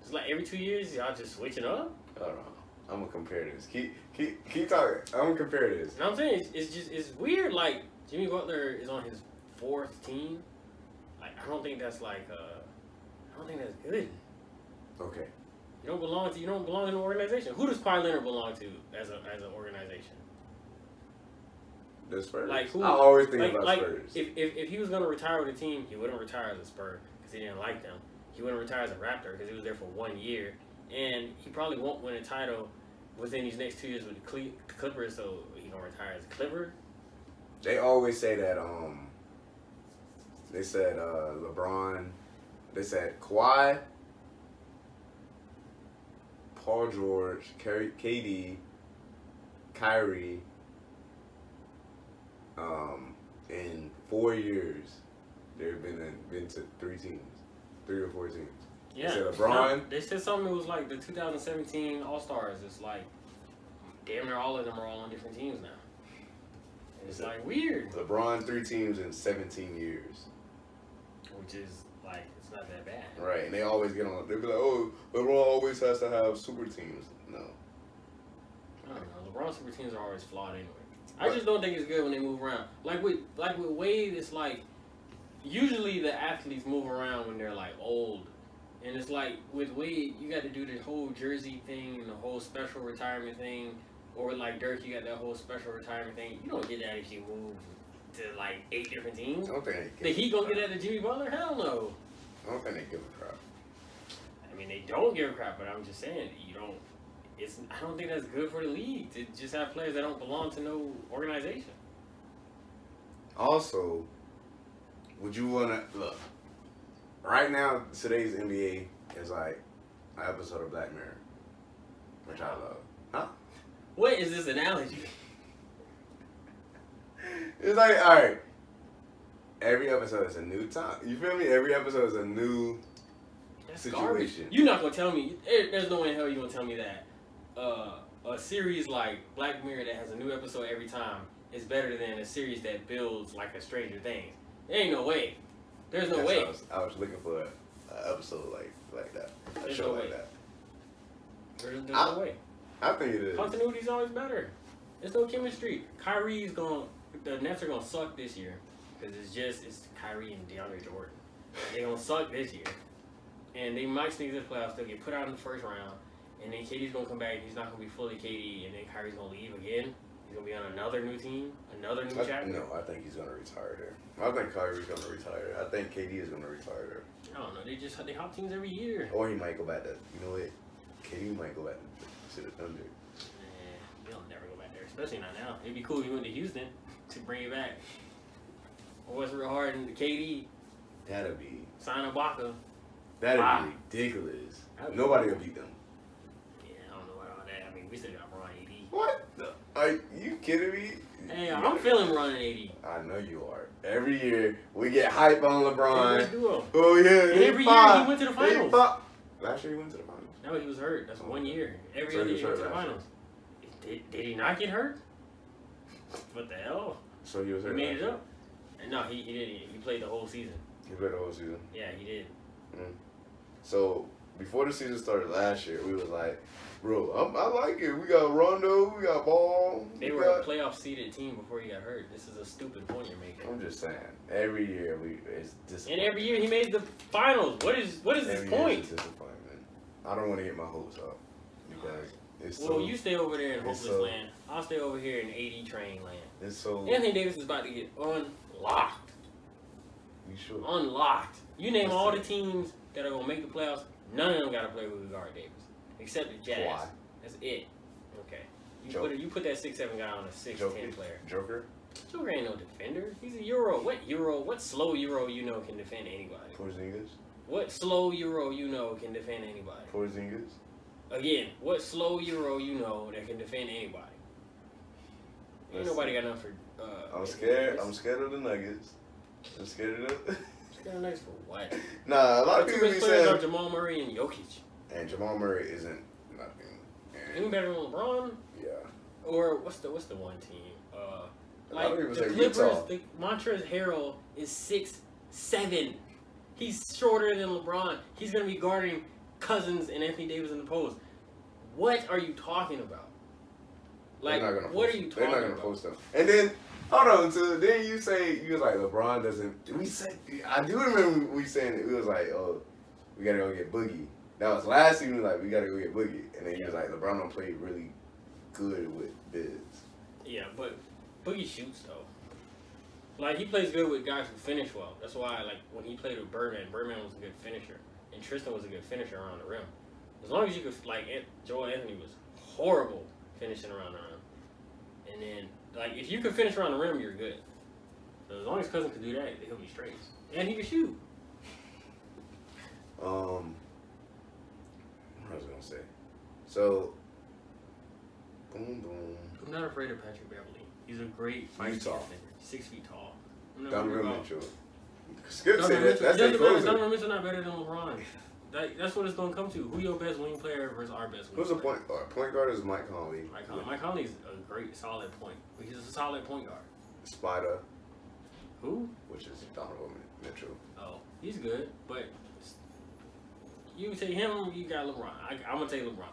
It's like every two years y'all just switching up. I don't know. I'm gonna compare this. Keep keep keep talking. I'm gonna compare this. And I'm saying it's, it's just it's weird. Like Jimmy Butler is on his fourth team. Like I don't think that's like uh I don't think that's good. Okay. You don't belong to you don't belong in an organization. Who does Kawhi Leonard belong to as a as an organization? The Spurs. Like who- I always think like, about like Spurs. If, if if he was gonna retire with a team, he wouldn't retire as a Spur because he didn't like them. He wouldn't retire as a Raptor because he was there for one year, and he probably won't win a title within these next two years with the Cle- Clippers. So he gonna retire as a Clipper. they always say that um they said uh LeBron they said Kawhi Paul George Kerry- KD Kyrie um in 4 years they've been in, been to three teams three or four teams Yeah, said LeBron. No, they said something that was like the 2017 All Stars. It's like damn near all of them are all on different teams now. And It's like weird, LeBron three teams in 17 years which is like it's not that bad. right and they always get on they be like oh LeBron always has to have super teams no I don't know. LeBron's super teams are always flawed anyway. I just don't think it's good when they move around. Like with like with Wade, it's like usually the athletes move around when they're like old, and it's like with Wade, you got to do the whole jersey thing and the whole special retirement thing, or with, like Dirk, you got that whole special retirement thing. You don't get that if you move to like eight different I teams. don't think they The give a Heat gonna crap. get that to Jimmy Butler? Hell no. I don't think they give a crap. I mean, they don't give a crap, but I'm just saying, you don't. It's. I don't think that's good for the league to just have players that don't belong to no organization. Also, would you wanna look? Right now, today's NBA is like an episode of Black Mirror, which I love. What is this analogy? It's like all right. Every episode is a new time. You feel me? Every episode is a new. That's Situation. garbage. You're not gonna tell me. there- There's no way in hell you gonna tell me that uh, a series like Black Mirror that has a new episode every time is better than a series that builds like a Stranger Things. There ain't no way. There's no That's way. what I was, I was looking for an episode like like that, a There's show no like way. that. There's, there's I- no way. I think it is. Continuity's always better. There's no chemistry. Kyrie's going. The Nets are gonna suck this year because it's just it's Kyrie and DeAndre Jordan. They're gonna suck this year, and they might sneak into the playoffs. They'll get put out in the first round, and then KD's gonna come back. and He's not gonna be fully KD, and then Kyrie's gonna leave again. He's gonna be be on another new team, another new I, chapter. Uh, no, I think he's gonna retire there. I think Kyrie's gonna retire. I think KD is gonna retire I don't know. They just they hop teams every year. there, or he might go back to you know what? KD might go back to the Thunder. Eh, they'll never go back there, especially not now. It'd be cool if you went to Houston to bring it back. Or was real hard and KD That'd be sign Ibaka. that'd Wow. be ridiculous. Ah. That'd be- Nobody will beat them. Yeah, I don't know about all that. I mean, we still got Ron AD. What? The, are you kidding me? Hey, I'm feeling Ron and AD. I know you are. Every year we get hype on Hey, LeBron. duo. Oh yeah. they Every year he five. went to the They finals. five. Last year he went to the finals. No, he was hurt. That's one year. Every So other he was year hurt to the last finals. Did, did he not get hurt? What the hell? So he was He hurt. made last it year. up. And no, he, he didn't. He played the whole season. He played the whole season. Yeah, he did. So before the season started last year, we was like, bro, I'm, I like it. We got Rondo, we got Ball. They we were a got... playoff seeded team before he got hurt. This is a stupid point you're making. I'm just saying, every year we it's disappointing. And every year he made the finals. What is what is his Every year point? it's a disappointment. I don't want to get my hopes up because it's Well, so you stay over there in It's hopeless so- land. I'll stay over here in AD train land. it's so Anthony Davis is about to get unlocked. you sure. Unlocked. You name Listen. all the teams that are gonna make the playoffs. None of them gotta play with guard Davis, except the Jazz. Why? That's it. Okay. You Joker. put it- you put that six seven guy on a six ten Joker. player. Joker, Joker ain't no defender. He's a Euro. What Euro? What slow Euro you know can defend anybody? Porzingis, What slow Euro you know can defend anybody? Porzingis. Again, what slow Euro you know that can defend anybody? Ain't Listen. nobody got enough for. Uh, I'm scared. I'm scared of the Nuggets. I'm scared of the. scared. Nice for what? nah, a lot Our of two people be best players are saying. Jamal Murray and Jokic. And Jamal Murray isn't nothing. Any And, better than LeBron yeah. or what's the what's the one team? Uh, A like lot of the people say Clippers. Utah. The Montrezl Harrell is six seven. He's shorter than LeBron. He's gonna be guarding Cousins and Anthony Davis in the post. What are you talking about? Like, they're not gonna what post are you them. talking They're not gonna about? post them. And then hold on, so then you say you was like LeBron doesn't. We said I do remember we saying it. We was like, oh, we gotta go get Boogie. That was last season. we was Like we gotta go get Boogie, and then you was like LeBron don't play really good with bids. Yeah, but Boogie shoots though. Like he plays good with guys who finish well. That's why like when he played with Birdman, Birdman was a good finisher, and Tristan was a good finisher around the rim. As long as you could like An- Joel Anthony was horrible finishing around the rim, and then like if you could finish around the rim, you're good. So as long as Cousin could do that, he'll be straight, and he can shoot. Um, what was I gonna say? So, boom, boom. I'm not afraid of Patrick Beverly. He's a great fighter. Utah. Six feet tall. I'm not worried Donovan about- Mitchell. Skip said Donovan that. Mitchell, That's doesn't their matter. closer. Donovan Mitchell not better than LeBron. That, that's what it's gonna come to. Who your best wing player versus our best wing Who's the player? point guard? Point guard is Mike Conley. Mike Conley. Mike Conley's a great, solid point. He's a solid point guard. Spider, Who? which is Donovan Mitchell. Oh, he's good, but you take him, you got LeBron. I, I'm gonna take LeBron.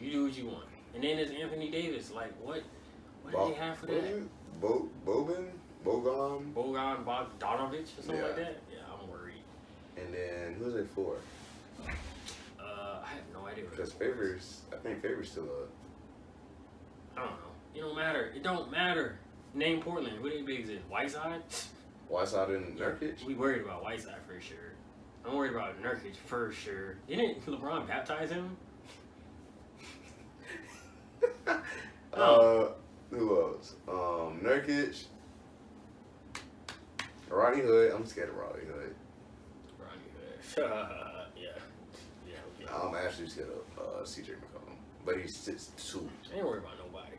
You do what you want. And then there's Anthony Davis. Like what? What do they have for what is that? it? Bo- Bobin, Bogon, Bogan Bogdanovich or something like Yeah. that? Yeah, I'm worried. and then who's it for? Uh, I have no idea. what Because his point is. Favors, I think Favors still a. I don't know. It don't matter. It don't matter. Name Portland. Who they bigs is? Whiteside? Whiteside and Nurkic. We worried about Whiteside for sure. I'm worried about Nurkic for sure. Didn't LeBron baptize him? uh, who else? Um, Nurkic. Rodney Hood. I'm scared of Rodney Hood. Ronnie Hood. yeah. Yeah, okay. I'm actually scared of uh, CJ McCollum, but he's six two. I ain't worried about nobody.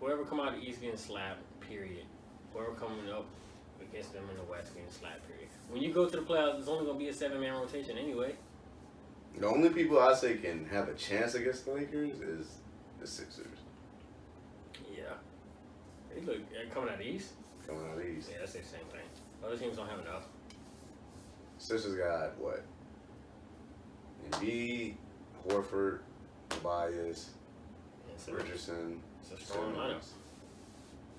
Whoever come out of the East getting slapped, period. Whoever coming up against them in the West getting slapped, period. When you go to the playoffs, it's only gonna be a seven man rotation anyway. The only people I say can have a chance against the Lakers is the Sixers Yeah. They look coming out of the East. coming out of the East. Yeah, that's the same thing. Other teams don't have enough. Sixers got what? Embiid, Horford, Tobias, It's a, Richardson, it's a strong lineup. Simmons.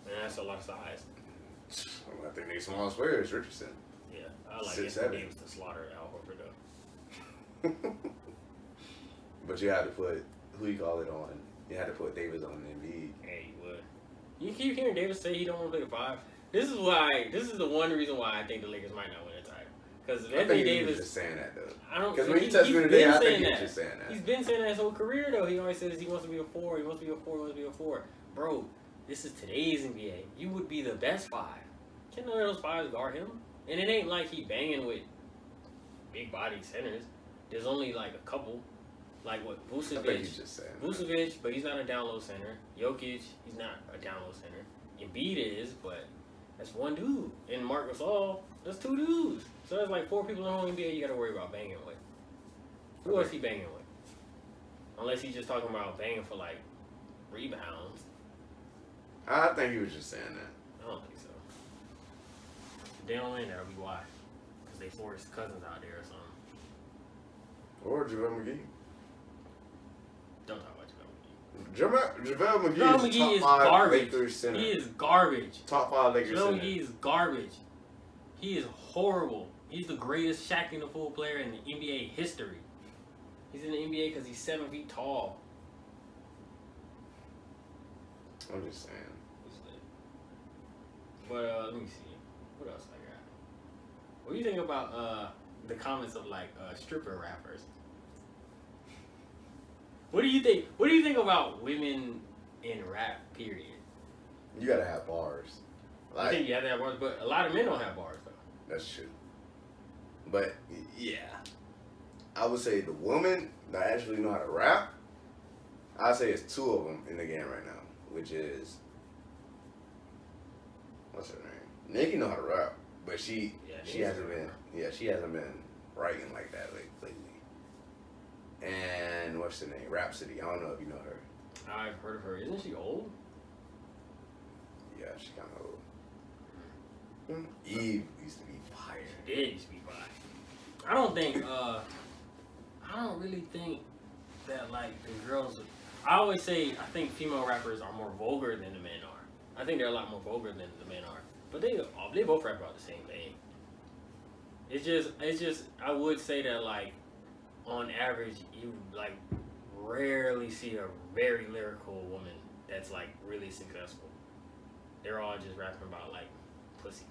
And that's a lot of size. Well, I think they smallest player is Richardson. Yeah, I like Six, Six, seven. Davis to slaughter Al Horford though. but you had to put who you call it on. You had to put Davis on Embiid. Hey, you would. keep hearing Davis say he don't want to play the five. This is why. This is the one reason why I think the Lakers might not win the title. Because I Anthony think he was Davis, just saying that though. I don't. Because when he, you touched he's me today, been I think saying he was that. just saying that. He's been saying that his whole career though. He always says he wants to be a four. He wants to be a four. He wants to be a four. Bro, this is today's NBA. You would be the best five. Can none of those fives guard him? And it ain't like he banging with big body centers. There's only like a couple. Like what I think Vucevic. he's just saying. that. Vucevic, but he's not a down low center. Jokic, he's not a down low center. Embiid is, but that's one dude. And Marc Gasol, that's two dudes. So that's like four people in the whole NBA you got to worry about banging with. Who else he banging with? Unless he's just talking about banging for like rebounds. I think he was just saying that. I don't think so. If they don't win, that'll be why. Because they forced Cousins out there or something. Or JaVale McGee. Don't talk about Javale JaVale, JaVale McGee McGee. is McGee top is five garbage. Lakers center. He is garbage. Top five Lakers Joe center. McGee is garbage. He is horrible. He's the greatest Shaq in the full player in the NBA history. He's in the NBA because he's seven feet tall. I'm just saying. But uh, let me see. What else I got? What do you think about uh, the comments of like uh, stripper rappers? What do you think? What do you think about women in rap? Period. You gotta have bars. I Like think you have to have bars, but a lot of men don't have bars though. that's true. But yeah, I would say the woman that actually know how to rap. I'd say it's two of them in the game right now, which is what's her name? Nikki know how to rap, but she Yeah, she Nikki's hasn't a been rapper. yeah she hasn't been writing like that like, lately. And what's her name? Rhapsody. I don't know if you know her. I've heard of her. Isn't she old? Yeah, she kind of old. Eve used to be fire. Mm-hmm. She did used to be fine. I don't think. uh I don't really think that like the girls. I always say I think female rappers are more vulgar than the men are. I think they're a lot more vulgar than the men are. But they all they both rap about the same thing. It's just it's just I would say that like on average you like rarely see a very lyrical woman that's like really successful. They're all just rapping about like pussy.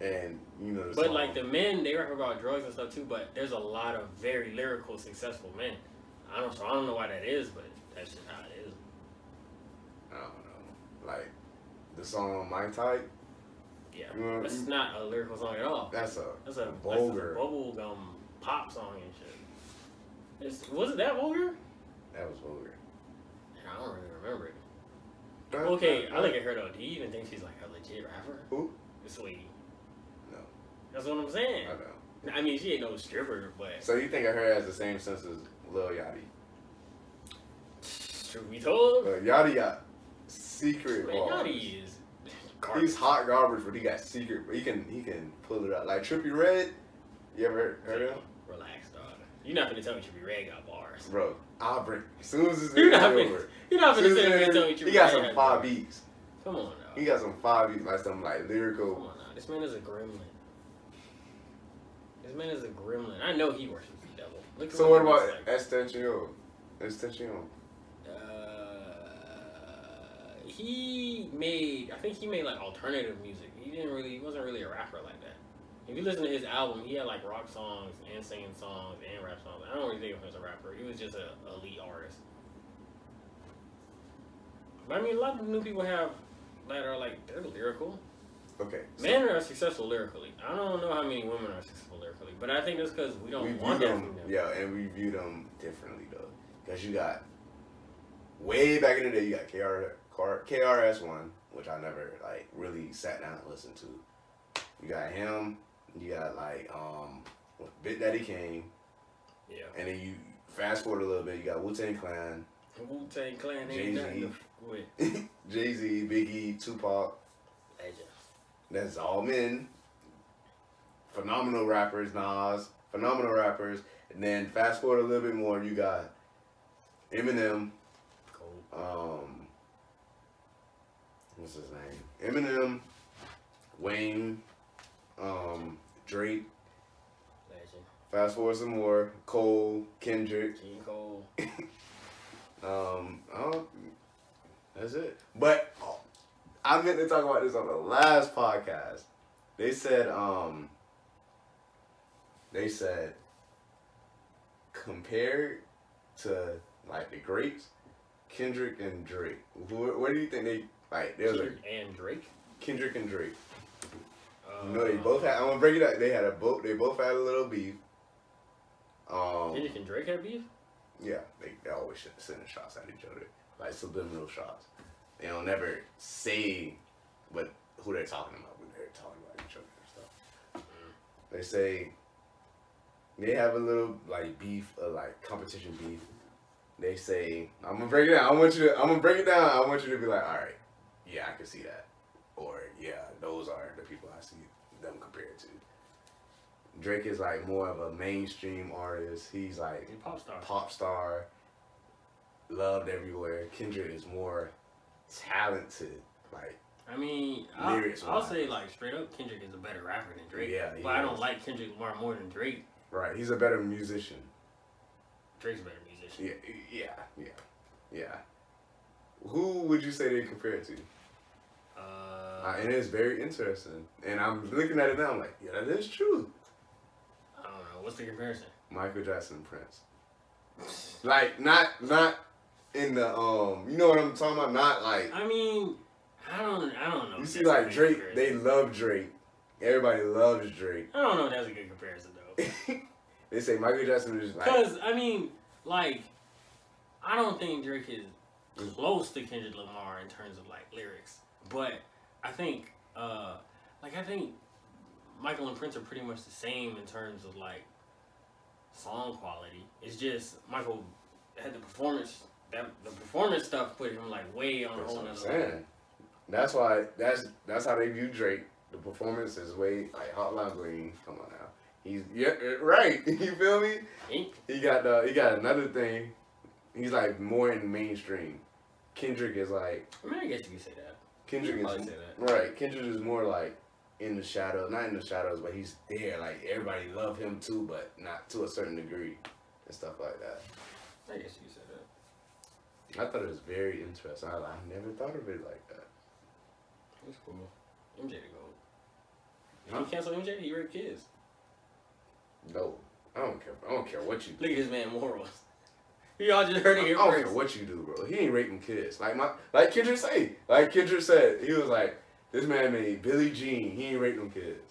And you know, the But song- like the men, they rap about drugs and stuff too. But there's a lot of very lyrical, successful men. I don't, so I don't know why that is, but that's just how it is. I don't know, like the song "My Type." Yeah, You know, that's you- not a lyrical song at all. That's a That's a Vulgar. That's a bubblegum pop song and shit. It's, was it that vulgar? that was vulgar. I don't really remember it. Okay, I look at her though. Do you even think she's like a legit rapper? Who? Sweetie. No. That's what I'm I saying. know. I mean, she ain't no stripper, but So you think of her as the same sense as Lil Yachty? truth be told, But Yachty got secret man, bars. Yachty is garbage. He's hot garbage, but he got secret. But he can he can pull it out. Like Trippy Red. You ever heard of him? Relax, dog. You're not gonna tell me Trippie Red got bars. Bro, I'll break. As soon as this You're is not over, finna, you're not as finna soon sit as here and tell me this- Trippie he got Redd some had five bars. beats. Come on, He dog. got some five beats, like some like Come lyrical. on, now. This man is a gremlin. This man is a gremlin. I know he worships the devil. Look at So what he about looks like. Estacio? Estacio. Uh, he made. I think he made like alternative music. He didn't really. He wasn't really a rapper like that. If you listen to his album, he had like rock songs and singing songs and rap songs. I don't really think of him as a rapper. He was just a elite artist. But I mean, a lot of new people have that are like they're lyrical. Okay. so Men are successful lyrically. I don't know how many women are successful lyrically, but I think that's because we don't we view want that from them, them. yeah, and we view them differently though, because you got way back in the day, you got KR, KR, KRS One, which I never like really sat down and listened to. You got him. You got like um, Bit Daddy Kane, yeah. and then you fast forward a little bit, you got Wu Tang Clan, Wu Tang Clan Jay-Z. ain't nothing to f- with. Jay Z, Biggie, Tupac. Legend. That's all men. Phenomenal rappers, Nas. Phenomenal rappers. And then fast forward a little bit more, you got Eminem. Cold. Um, what's his name? Eminem, Wayne, um, Drake. Legend. Fast forward some more. Cole, Kendrick. King Cole. Um, I don't- that's it. But I meant to talk about this on the last podcast. They said, um, they said, compared to like the greats, Kendrick and Drake. Who, what do you think they like? There's a Kendrick and Drake. Kendrick and Drake. Uh, No, they both had. I'm gonna break it up. They had a both. They both had a little beef. Um, Kendrick and Drake had beef. yeah, they, they always should send shots at each other, like subliminal shots. They don't never say what who they're talking about when they're talking about each other and stuff. They say they have a little like beef, uh, like competition beef. They say I'm gonna break it down. I want you to. I'm gonna break it down. I want you to be like, all right, yeah, I can see that, or yeah, those are the people I see them compared to. Drake is like more of a mainstream artist. He's like He's a pop star. pop star, loved everywhere. Kendrick is more talented. Like, I mean, I'll, Lyrics I'll wise. say like straight up, Kendrick is a better rapper than Drake. Yeah, he but I don't is. like Kendrick Lamar more than Drake. right? He's a better musician. Drake's a better musician. Yeah, yeah, yeah, yeah. Who would you say they compare it to? Uh, Uh, and it's very interesting. And I'm looking at it now. I'm like, yeah, that is true. I don't know. What's the comparison? Michael Jackson, Prince. Like, not, not in the um. You know what I'm talking about? Not like I mean, I don't. I don't know. you if see, that's a like good Drake. They comparison. love Drake. Everybody loves Drake. I don't know. if That's a good comparison though. they say Michael Jackson is like Because I mean, like, I don't think Drake is close to Kendrick Lamar in terms of like lyrics, but I think, uh, like, I think Michael and Prince are pretty much the same in terms of like song quality. It's just Michael had the performance. That, the performance stuff put him like way on a That's whole what I'm nother saying. That's why that's that's how they view Drake. The performance is way like Hotline Bling. Come on now, he's yeah eh, right. You feel me? level. He got the he got another thing. He's like more in mainstream. Kendrick is like I mean, I guess you could say that. Kendrick You could is probably say that. right. Kendrick is more like in the shadow, not in the shadows, but he's there. Like everybody love him too, but not to a certain degree and stuff like that. I guess you could say that. I thought it was very interesting. I, I never thought of it like that. That's cool. MJ to go. If Huh? you cancel MJ, you rape kids. No, I don't care. I don't care what you. Look at this man morals. Y'all just heard it I here don't care first. what you do, bro. He ain't raping kids. Like my, like Kendrick say, like Kendrick said, he was like, this man made Billie Jean. He ain't raping kids,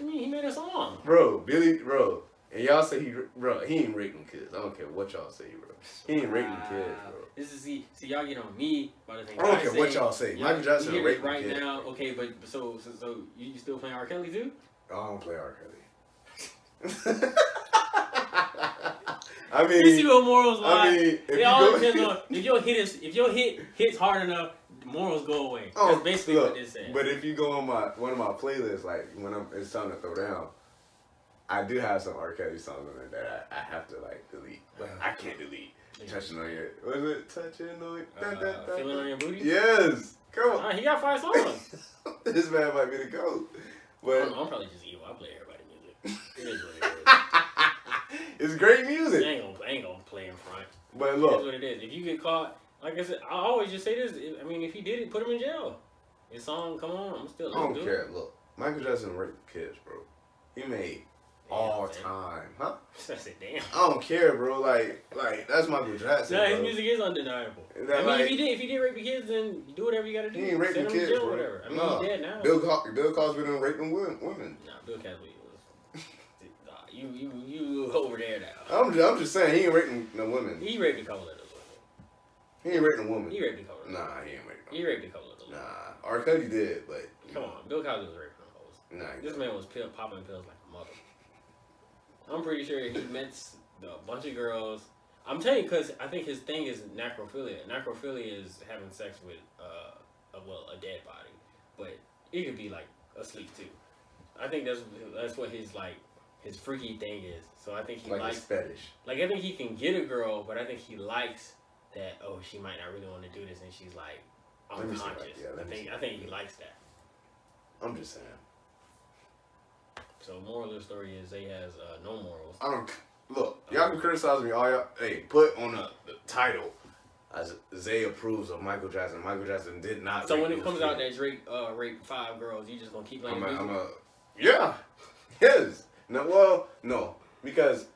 I mean, he made a song. bro. Billy, bro. And y'all say he, bro. He ain't raping kids. I don't care what y'all say, bro. He ain't raping kids, Wow. bro. This is see, see y'all get on me about the thing. I don't care what y'all say. Michael Jackson you hear raping it right kids. now. Okay, but so so, so you, you still playing R. Kelly too? Oh, I don't play R. Kelly. I You see mean, what morals I lie? mean, if it you all go- depends on if your hit is if your hit hits hard enough, morals go away. Oh, That's basically look, what it said. But if you go on my one of my playlists, like when I'm it's time to throw down, I do have some R. Kelly songs on there that I, I have to like delete, but I Uh-huh. can't delete. Touching on your, was it touching on? Your, da, da, uh, da, feeling da. on your booty. Yes, come on. Uh, he got five songs. this man might be the goat, I'm, but I'm probably just evil. I play everybody music. It is what it it's great is. I music. ain't gonna, I ain't gonna play in front. But That's look, what it is. If you get caught, like I said, I always just say this. I mean, if he did it, put him in jail. His song, come on, I'm I still. don't do it. care. Look, Michael Jackson raped kids, bro. He made Damn, all man. time, huh? I said, damn. I don't care, bro. Like, like that's Michael Jackson. Nah, his bro. music is undeniable. Is I that mean, if he like- did, if he did rape the kids, then do whatever you gotta do. He ain't Send raping him kids, to jail, bro. whatever. I mean, Nah. he's dead now. Bill, Co- Bill Cosby done raping women. women. nah, Bill Cosby was. nah, you you you over there now. I'm just, I'm just saying he ain't raping no women. He raped a couple of those women. He ain't raping a woman. He raped a couple. Of those. Nah, he ain't raping. He raped a couple of those. No. Nah, R. Kelly did, but Come on, Bill Cosby was raping hoes. Nah, he This man was pill, popping pills like a mother. I'm pretty sure he met s- a bunch of girls. I'm telling you, cause I think his thing is necrophilia. Necrophilia is having sex with uh, a, well, a dead body, but it could be like asleep too. I think that's that's what his like his freaky thing is. So I think he like likes his fetish. like I think he can get a girl, but I think he likes that. Oh, she might not really want to do this, and she's like Let me see that. unconscious. Yeah, let I me see think I that. think he likes that. I'm just saying. So moral of the story is they has uh, no morals. Oh. I don't. Look, y'all can criticize me all y'all. Hey, put on the, the title. As Zay approves of Michael Jackson. Michael Jackson did not. So rape when it Will comes Smith. out that Drake uh, raped five girls, you just gonna keep playing I'm a, music? I'm a, yeah, yes. No, well, no, because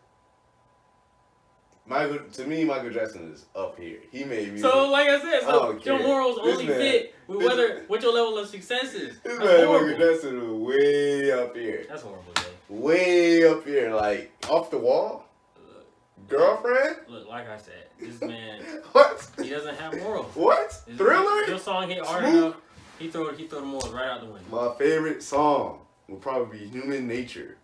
Michael to me, Michael Jackson is up here. He made me. so like I said, so Okay. your morals Oh, This only man- fit with this- whether what your level of success is. this That's man, horrible. Michael Jackson is way up here, That's horrible. Jay. way up here, like off the wall. Girlfriend? Look, like I said, this man What? he doesn't have morals. What? This- Your Thriller? song hit hard Snoop? enough, he throw he throw the morals right out the window. My favorite song will probably be Human Nature.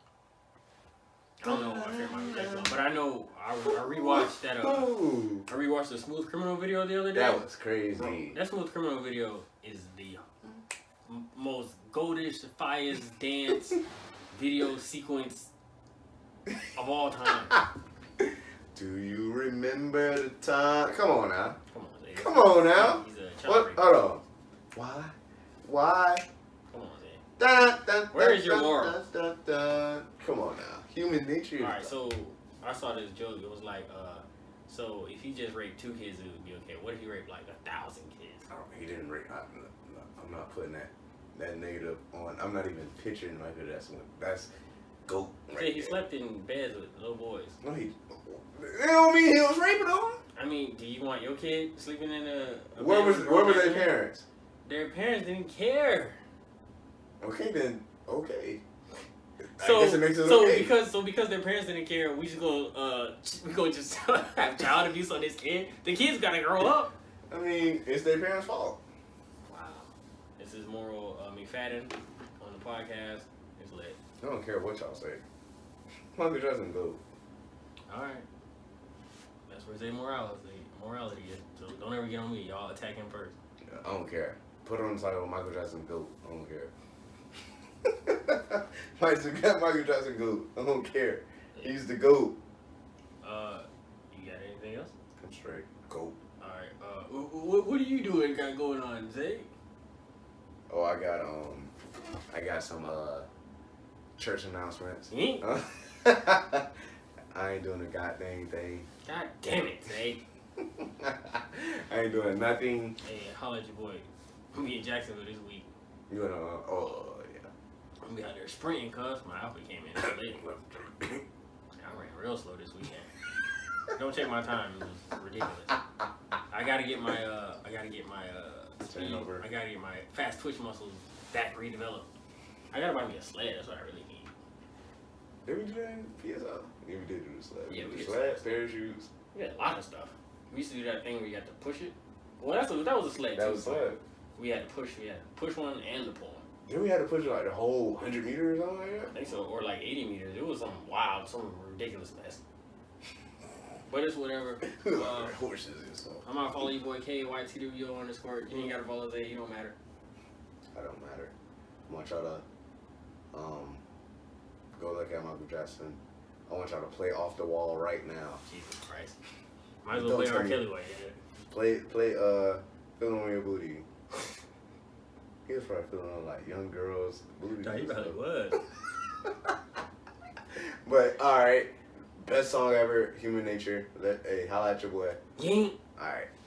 I don't know what my favorite Michael Jackson, song, but I know I, I rewatched that. Uh, Oh, I rewatched the Smooth Criminal video the other day. that was crazy. That Smooth Criminal video is the m- most goldish, fires dance video sequence of all time. Do you remember the time? Come on now. Come on, Zay. Come on now. He's a child What? Uh, rapist. Hold on. Why? Why? Come on, Zay. Da, da, Where da, is your da, morals? da, da, da. Come on now. Human nature. is- All right, so I saw this joke. It was like, uh, so if he just raped two kids, it would be okay. What if he raped like a thousand kids? Oh, he didn't rate. I'm not, I'm not putting that that negative on. I'm not even picturing Michael Jackson. That's goat. Zay, Right he there. slept in beds with little boys. No, he. They don't mean he was raping them. I mean, do you want your kid sleeping in a? a Where bed was with where were grown-ass their men? parents? Their parents didn't care. Okay then. Okay. So, I guess it makes it so okay. because so because their parents didn't care, we just go uh we go just have child abuse on this kid. The kid's gotta grow up. I mean, it's their parents' fault. Wow, this is moral uh, McFadden on the podcast. It's lit. I don't care what y'all say. Michael Jackson goat. All right, that's where Zay morality morality is. So don't ever get on me. Y'all attack him first. I don't care. Put on the title Michael Jackson goat. I don't care. Michael Michael Jackson goat. I don't care. He's the goat. Uh, you got anything else? I'm straight. Goat. All right. Uh, what what are you doing? Got going on, Zay? Oh, I got um, I got some uh, church announcements. You ain't- Uh, I ain't doing a goddamn thing. God damn it, Zay. I ain't doing nothing. Hey, holla at your boy. I'm be in Jacksonville this week. You know? uh, Oh I'm be out there sprinting, cuz my outfit came in yeah. late. I ran real slow this weekend. Don't check my time; it was ridiculous. I gotta get my uh, I gotta get my uh, speed. Turnover. I gotta get my fast twitch muscles back redeveloped. I gotta buy me a sled. That's what I really need. did we do that in PSL? Yeah, we did do the sled. Yeah, we did did sled, parachutes. We got a lot of stuff. We used to do that thing where you had to push it. Well, that's a, that was a sled. That too. was sled. We had to push. We had to push one and the pole. Then we had to push like the whole hundred meters or something like that. I think so, or like 80 meters. It was some wild, some ridiculous mess. But it's whatever. We was out Uh, there, horses and stuff. I'm gonna follow you boy K Y T W O underscore. You ain't gotta follow Zay, you don't matter. I don't matter. I want y'all to um, go look at Michael Jackson. I want y'all to play off the wall right now. Jesus Christ. Might as well Don't play R. tell me. Kelly while you're Play play uh feeling on your booty. He was probably feeling on like young girls booty. there. you probably was. but all right, best song ever, Human Nature. Let hey, holla at your boy. You ain't All right.